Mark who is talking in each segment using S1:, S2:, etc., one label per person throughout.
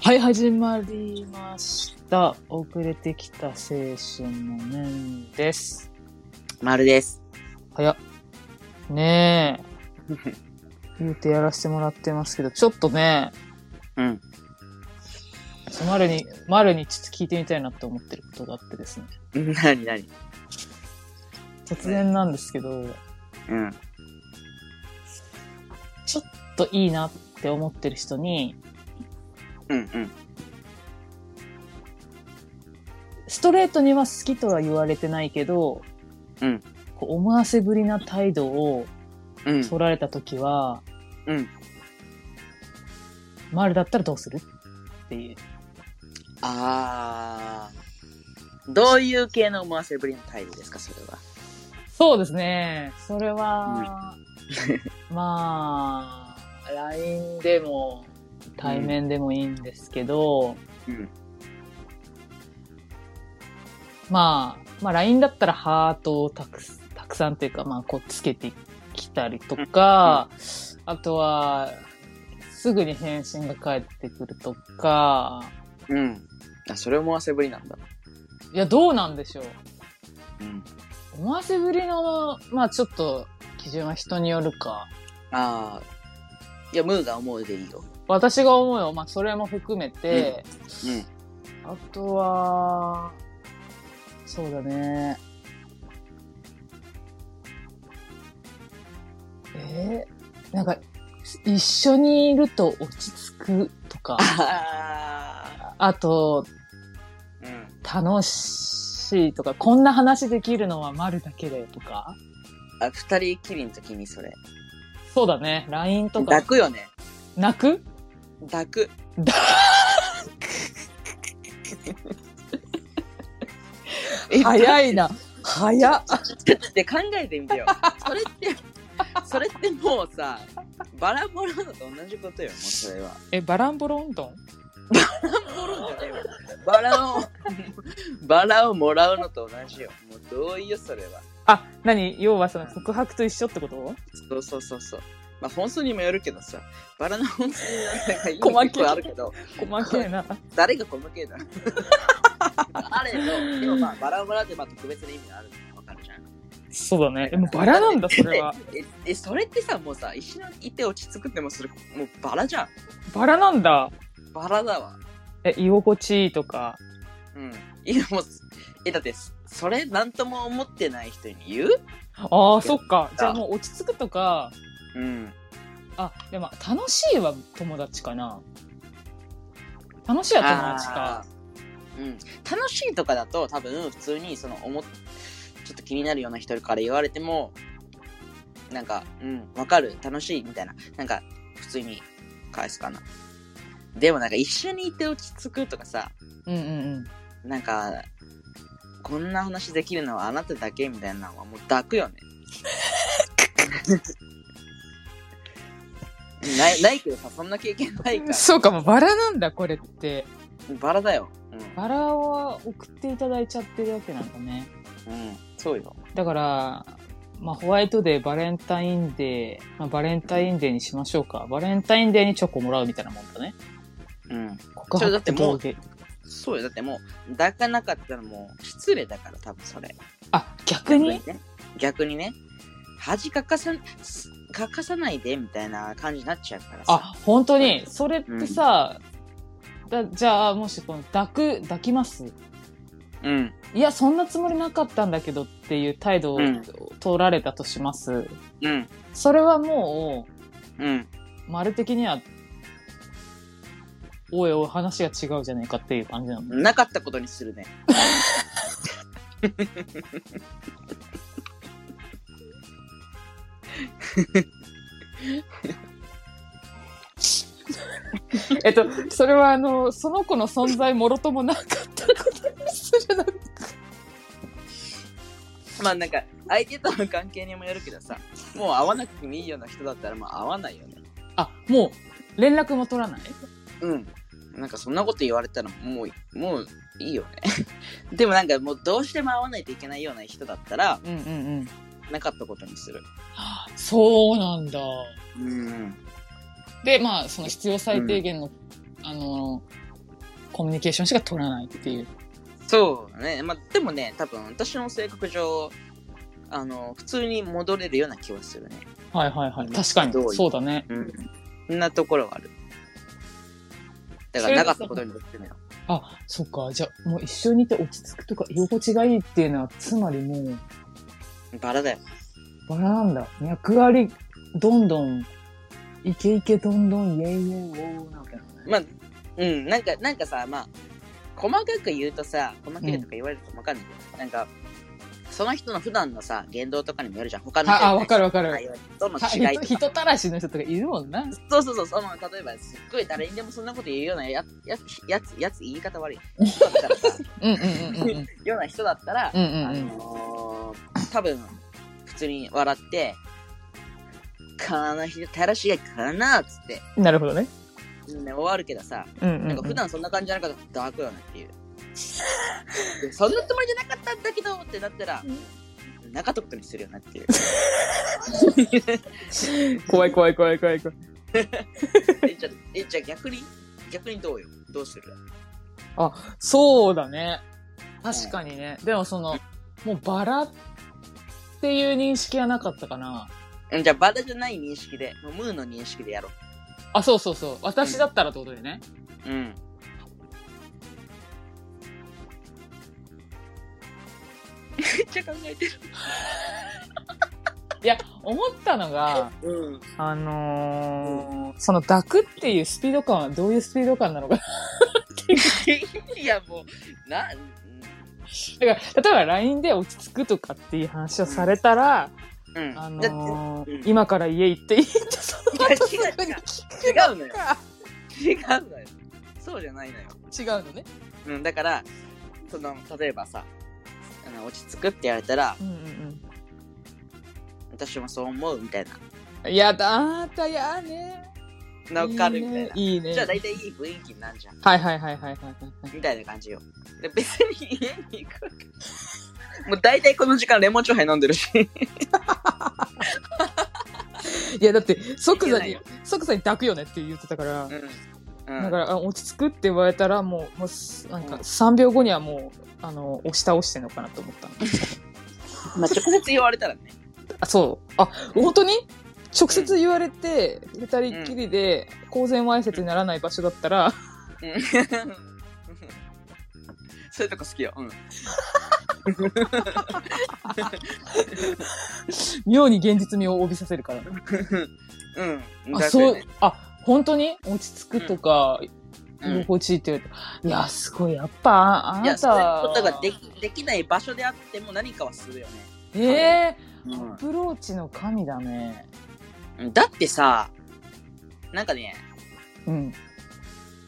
S1: はい、始まりました。遅れてきた青春の面です。
S2: 丸です。
S1: 早っ。ね え。言うてやらせてもらってますけど、ちょっとね、
S2: うん。
S1: 丸に、丸にちょっと聞いてみたいなって思ってることがあってですね。
S2: なになに
S1: 突然なんですけど、
S2: うん。
S1: ちょっといいなって思ってる人に、
S2: うんうん。
S1: ストレートには好きとは言われてないけど、
S2: うん
S1: こう思わせぶりな態度を
S2: うん。
S1: 取られた時は、
S2: うん。
S1: 丸だったらどうするっていう。
S2: あー。どういう系の思わせぶりの態度ですか、それは。
S1: そうですね。それは、まあ、LINE でも対面でもいいんですけど、
S2: うん。
S1: まあ、まあ LINE だったらハートをたくすたくさんというか、まあこうつけてきたりとか、あとは、すぐに返信が返ってくるとか、
S2: うん。あ、それ思わせぶりなんだ。
S1: いや、どうなんでしょう。
S2: うん。
S1: 思わせぶりの、まあちょっと基準は人によるか。
S2: あー。いや、ムーが思うでいいよ。
S1: 私が思うよ。まあそれも含めて、あとは、そうだね。えー、なんか、一緒にいると落ち着くとか、
S2: あ
S1: あと、
S2: ー。うん。
S1: 楽しいとか、こんな話できるのは丸だけだよとか。
S2: あ、二人きりの時にそれ。
S1: そうだね。LINE と
S2: 抱
S1: か、
S2: くよね。
S1: 泣く
S2: 抱く。 え
S1: 早いな。早っ。
S2: って考えて みてよ。それって、それってもうさ、バラボロのと同じことよ、もうそれは。
S1: え、バランボロンドン
S2: バラを、バラをもらうのと同じよ。もう同意よ、それは。
S1: あ、何要はその告白と一緒ってこと
S2: そうそうそうそう。まあ本数にもよるけどさ、バラの本数になんかいい
S1: 細けえ
S2: 結構あるけど、
S1: 細けえな。
S2: 誰が細けえだあれの、でもまあバラをもらうってまあ特別な意味があるのわかるじゃん。
S1: そうだね。えもうバラなんだ、それは。
S2: え、え、それってさ、もうさ、石のいて落ち着くってもうそれ、もうバラじゃん。
S1: バラなんだ。
S2: バラだわ。
S1: え、居心地いいとか。
S2: うん。いや、もう、え、だって、それ、なんとも思ってない人に言う
S1: ああ、そっか。じゃあもう落ち着くとか、
S2: うん。
S1: あ、でも楽しいは友達かな。楽しいは友達か。
S2: あーうん、楽しいとかだと多分普通にその思っちょっと気になるような人から言われてもなんかうんわかる楽しいみたいななんか普通に返すかなでもなんか一緒にいて落ち着くとかさ
S1: うんうんうん。
S2: なんかこんな話できるのはあなただけみたいなのはもう抱くよね ないないけどさそんな経験ないから
S1: そうかも、バラなんだ、これって。
S2: バラだよ、
S1: バラは送っていただいちゃってるわけなんだね。
S2: うん、うん、そうよ
S1: だから、まあ、ホワイトデー、バレンタインデー、まあ、バレンタインデーにしましょうか。バレンタインデーにチョコもらうみたいなもんだね。
S2: うん
S1: 告
S2: それだってもう
S1: 同義
S2: そうよ。だってもう、抱かなかったらもう失礼だから、多分それ。
S1: あ、逆に
S2: 逆にね。逆にね。恥かかさ、かかさないで、みたいな感じになっちゃうからさ。
S1: あ、本当にそれってさ、だじゃあ、もしこの抱く、抱きます
S2: うん。
S1: いや、そんなつもりなかったんだけどっていう態度を
S2: うん
S1: 取られたとします。
S2: うん。
S1: それはも
S2: うん。
S1: う、丸的には、おいおい、話が違うじゃないかっていう感じなの。
S2: なかったことにするね。
S1: えっと、それはあの、その子の存在もろともなかったことにするな。
S2: まあなんか、相手との関係にもよるけどさ、もう会わなくてもいいような人だったら、まあ会わないよね。
S1: あ、もう、連絡も取らない
S2: うん。なんかそんなこと言われたら、もう、もういいよね。 でもなんかもうどうしても会わないといけないような人だったら、
S1: うんうんうん。
S2: なかったことにする。
S1: そうなんだ。
S2: うん。
S1: で、まあ、その必要最低限の、あの、コミュニケーションしか取らないっていう。
S2: そうだね。まあ、でもね、多分私の性格上、あの、普通に戻れるような気はするね。
S1: はいはいはい。確かに
S2: どうい。う
S1: そうだね。
S2: うん。そんなところはある。だから、なかったことになってみよ
S1: あ、そっか。じゃあ、もう一緒にいて落ち着くとか、居心地がいいっていうのは、つまりもう、
S2: う。バラだよ。
S1: バラなんだ。役割、どんどん、イケイケどんどん、イェイイェイウォーなわけだね。
S2: まあ、うん、なんか、なんかさ、まあ、細かく言うとさ、細かいとか言われるとわかんないけど、なんか、その人の普段のさ、言動とかにもよるじゃん。他の人
S1: あ、あわかるわかる。
S2: 会話との
S1: た
S2: 違
S1: 人
S2: いとか。
S1: 人たらしの人とかいるもんな。
S2: そうそうそうそう、まあ、例えば、すっごい誰にでもそんなこと言うようなやややつ、やつ、言い方悪い。 人だったらさ、
S1: うんうんうんうんうん。
S2: ような人だったら、
S1: うんうん
S2: あ
S1: うん。
S2: のー、多分普通に笑って、かなひたらしいかなっつって、
S1: なるほどね。
S2: うんね、終わるけどさ、
S1: うんうん、うん。
S2: なんか普段そんな感じじゃなかったらダークよねっていう。 でそんなつもりじゃなかったんだけどってなったら、なかったことにするよなっていう。
S1: 怖い怖い怖い怖い怖い。
S2: え、じゃあ、えじゃあ逆に、逆にどうよどうする
S1: そうだね。確かにね。でもその、もうバラっていう認識はなかったかな。
S2: うんじゃあバラじゃない認識で、もうムーの認識でやろ
S1: あ、そうそうそう。私だったらってことでね。
S2: う。うん。めっちゃ考えてる。
S1: いや、思ったのが、
S2: うん。
S1: あのーその抱くっていうスピード感はどういうスピード感なのか な。
S2: いやもうな
S1: だから、例えば LINE で落ち着くとかっていう話をされたら、
S2: うん
S1: あ
S2: だっ
S1: のー
S2: うん
S1: 今から家行っていいって、その後す
S2: い や違う
S1: ぐに
S2: て
S1: 聞
S2: 違 うのよ
S1: くか。
S2: 違うのよそうじゃないのよ、
S1: 違うのね。
S2: うん、だからその例えばさあの落ち着くって言われたら
S1: うんうん
S2: 私もそう思うみたい
S1: うん。いやだ、あーたやね。
S2: な乗っかるみたいな
S1: ねいいね。
S2: じゃあ大体いい雰囲気になるじゃん
S1: はいはいはいはいはいはい。
S2: みたいな感じよで別に家に行くわけもう大体この時間レモンチョハイ飲んでるし
S1: いやだって即座
S2: いけない
S1: に
S2: よ、
S1: 即座に抱くよねって言ってたから、
S2: うん、う
S1: だ
S2: ん、
S1: からあ落ち着くって言われたらもう、もうすなんか
S2: うん
S1: 3秒後にはもう、あの、押し倒してんのかなと思ったの。
S2: まあ、直接言われたらね
S1: あ、そう。あ、本当に直接言われて、二人っきりで、公然わいせつにならない場所だったら、
S2: うんそういうとこ好きよ、うん、
S1: 妙に現実味を帯びさせるから。
S2: うん。
S1: あ、
S2: だって
S1: そう
S2: ね、
S1: あ、本当に落ち着くとか、
S2: う
S1: 居
S2: ん
S1: 心地いいって言われて、いや、すごい、やっぱ、あ
S2: いや、
S1: な
S2: そういう
S1: た、
S2: ことができできない場所であっても何かはするよね。
S1: え
S2: う
S1: ー、アプローチの神だね。
S2: ん、だってさ、なんかね、
S1: うん。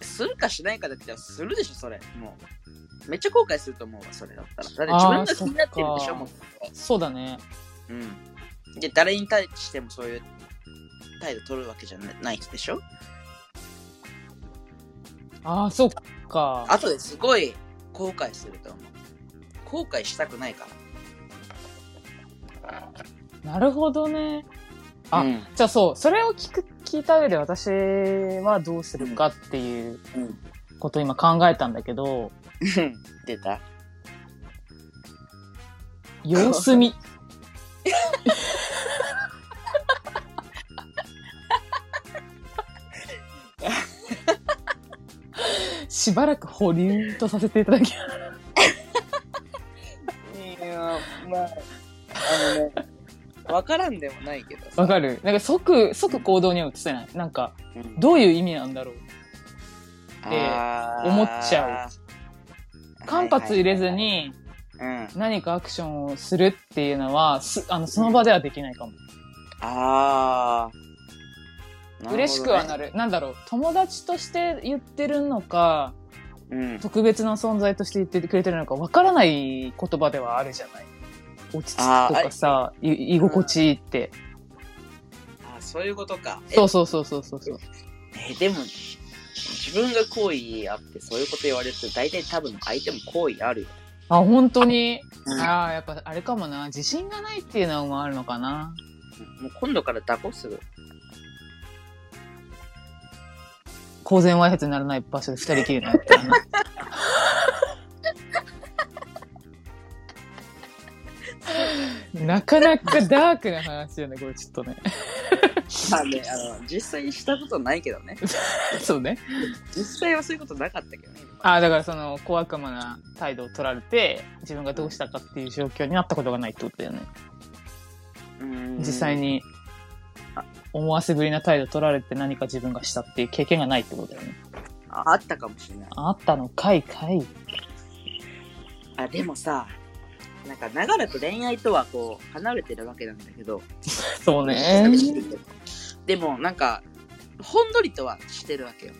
S2: するかしないかだったらするでしょ、それ。もう。めっちゃ後悔すると思うわ、それだったら。だって自分が気になってるでし
S1: あー
S2: ょ、もう。
S1: そうだね。
S2: うん。で、誰に対してもそういう態度取るわけじゃない人でしょ。
S1: ああ、そっか。
S2: あとですごい後悔すると思う。後悔したくないから。
S1: なるほどね。あ
S2: うん、
S1: じゃあそう、それを聞く、聞いた上で私はどうするかっていう
S2: うん
S1: ことを今考えたんだけど、
S2: 出た
S1: 様子 見。しばらく保留とさせていただき
S2: いやまああ のね分からんでもないけどさ
S1: わかるなんか即、即行動には移せない。なんか、
S2: うん
S1: どういう意味なんだろう
S2: あー
S1: 思っちゃ間髪入れずに
S2: はいはいはいうん
S1: 何かアクションをするっていうのは、すあのその場ではできないかも。
S2: ああ
S1: 嬉しくはなる。なんだろう、友達として言ってるのか、
S2: うん
S1: 特別な存在として言ってくれてるのか、わからない言葉ではあるじゃない。落ち着くとかさ、い居心地いいって。
S2: あそういうことかえ
S1: そうそうそうそうそうそう。
S2: えでも自分が好意あってそういうこと言われると大体多分相手も好意あるよ、
S1: あ、本当に。
S2: うん
S1: ああ、やっぱあれかもな。自信がないっていうのもあるのかな。
S2: もう今度から抱こうする
S1: 公然わいせつにならない場所で二人きりになったらななかなかダークな話よね、これちょっとね。
S2: まあね、あの、実際したことないけどね。
S1: そうね。
S2: 実際はそういうことなかったけどね。
S1: あだからその、小悪魔な態度を取られて、自分がどうしたかっていう状況になったことがないってことだよね。
S2: うん
S1: 実際。に
S2: あ
S1: 思わせぶりな態度取られて何か自分がしたっていう経験がないってことだよね。
S2: ああったかもしれない。
S1: あったのかいかい。
S2: あ、でもさ、なんか長らく恋愛とはこう、離れてるわけなんだけど。
S1: そうね。
S2: でも、なんか、ほんのりとはしてるわけよ。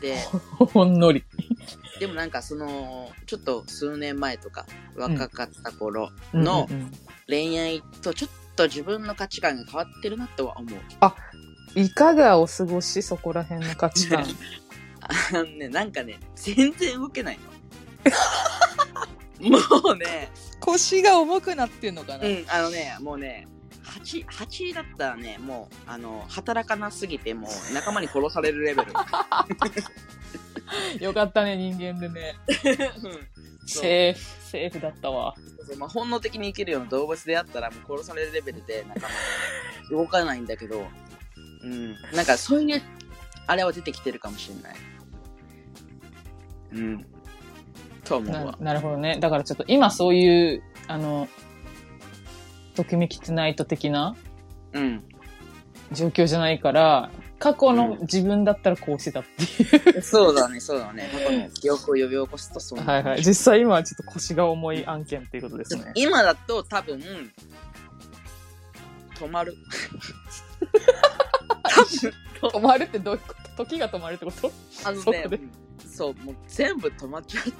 S2: で、
S1: ほんのり。
S2: でもなんかその、ちょっと数年前とか、若かった頃の
S1: うんうんうん
S2: 恋愛とちょっと自分の価値観が変わってるなとは思う。
S1: いかがお過ごしそこら辺の価値観。
S2: あのね、なんかね、全然動けないの。 もうね、
S1: 腰が重くなってんのかな
S2: うん、あのね、もうね、8、8だったらね、もう、あの、働かなすぎて、もう、仲間に殺されるレベル。
S1: よかったね、人間でね。
S2: うんそう
S1: セーフ、セーフだったわ。
S2: そうまあ、本能的に生きるような動物であったらもう殺されるレベルでなんかもう動かないんだけど、うん、なんかそういうあれは出てきてるかもしれない。うん。とは思う
S1: な
S2: わ。
S1: なるほどね。だからちょっと今そういう、あの、ときめきツナイト的な
S2: うん。
S1: 状況じゃないから、過去の自分だったらこうしてたっていう。
S2: そうだね、そうだね。過去の記憶を呼び起こすとそうなる
S1: はいはい。実際今はちょっと腰が重い案件っていうことですね。
S2: 今だと多分、止まる。多 分、
S1: 止まるってどういうこと時が止まるってこと
S2: あの
S1: そ
S2: ね
S1: こで、
S2: そう、もう全部止まっちゃって。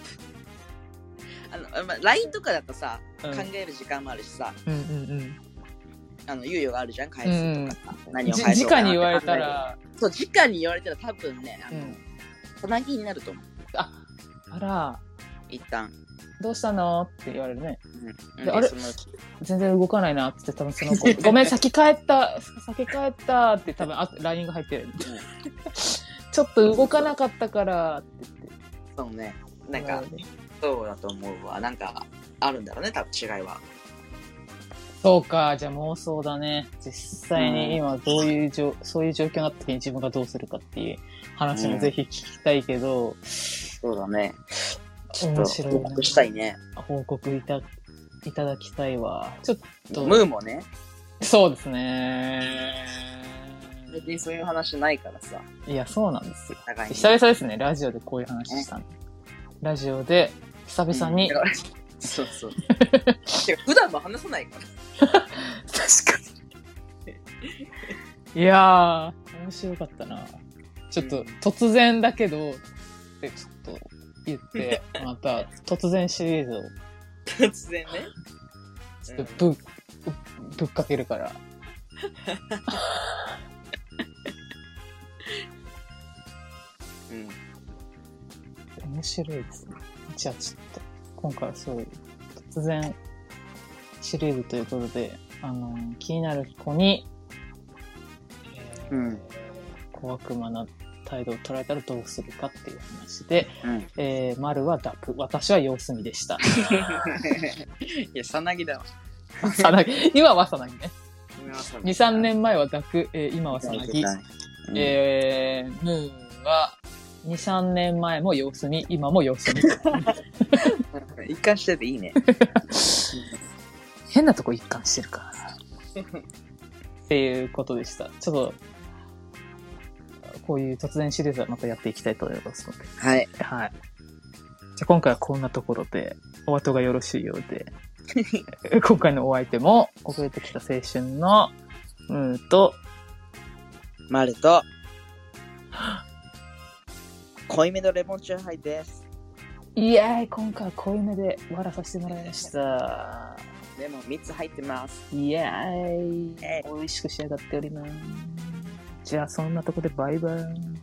S2: あの、まあ、LINE とかだとさ、
S1: うん
S2: 考える時間もあるしさ、
S1: うんうん
S2: あの猶予があるじゃん返
S1: うん
S2: すとかさ、
S1: うん。
S2: 何
S1: じ
S2: を返そうか
S1: 直
S2: な
S1: に言われ
S2: って考
S1: た
S2: える
S1: ら、
S2: そう直に言われたら多分ねあ
S1: う
S2: の、
S1: ん
S2: さなぎになると思う
S1: あら、
S2: 一旦、
S1: どうしたのって言われるね。
S2: うん
S1: であれ
S2: その
S1: 全然動かないなって言って多分その子、 ごめん、先帰った、先帰ったって多分あ LINE が入ってる。ちょっと動かなかったからって言って。
S2: そうねなんか、そうだと思うわなんかあるんだろうね多分違いは
S1: そうか、じゃあ妄想だね。実際に今どういう状、そういう状況になった時に自分がどうするかっていう話もぜひ聞きたいけど、
S2: そうだねちょっ
S1: 面白いね
S2: と報告したいね
S1: 報告いた、いただきたいわ。ちょっと、
S2: ムーもね
S1: そうですね。
S2: 別にそういう話ないからさ
S1: いや、そうなんですよ。
S2: 互いに
S1: 久々ですね、ラジオでこういう話したの。ラジオで、久々に、
S2: うんだからそうそうてか普段も話さないから
S1: 確かに。いやー、面白かったな。ちょっ
S2: う
S1: と
S2: ん、
S1: 突然だけど、ってちょっと言 って、また、突然シリーズを、
S2: 突然ね
S1: ちょっとぶっ、ぶっかけるから。
S2: うん
S1: 面白いですね。じゃあちょっと、今回はそういう、突然シリーズということで、あの、気になる子に、えー
S2: うん
S1: 小悪魔な態度を取られたらどうするかっていう話で、
S2: うん
S1: えー、丸は抱く、私は様子見でした。
S2: いや、さなぎだわ。
S1: さなぎ今はさなぎね。2、3
S2: は
S1: 年前は抱く、えー今はさなぎ。えー、ムーンは、2、3年前も様子見、今も様子見。
S2: 一貫してていいね。
S1: 変なとこ一貫してるからな。っていうことでした。ちょっと、こういう突然シリーズはまたやっていきたいと思いますので。は
S2: はい。
S1: い。じゃあ今回はこんなところで、お後がよろしいようで、 今回のお相手も、遅れてきた青春の、ムーと、
S2: マルと、濃いめのレモンチューハイです。
S1: イエーイ今回は濃いめで終わらさせてもらいました。
S2: レモン3つ入ってます。
S1: イエーイ
S2: え
S1: 美味しく仕上がっております。じゃあそんなとこでバイバイ。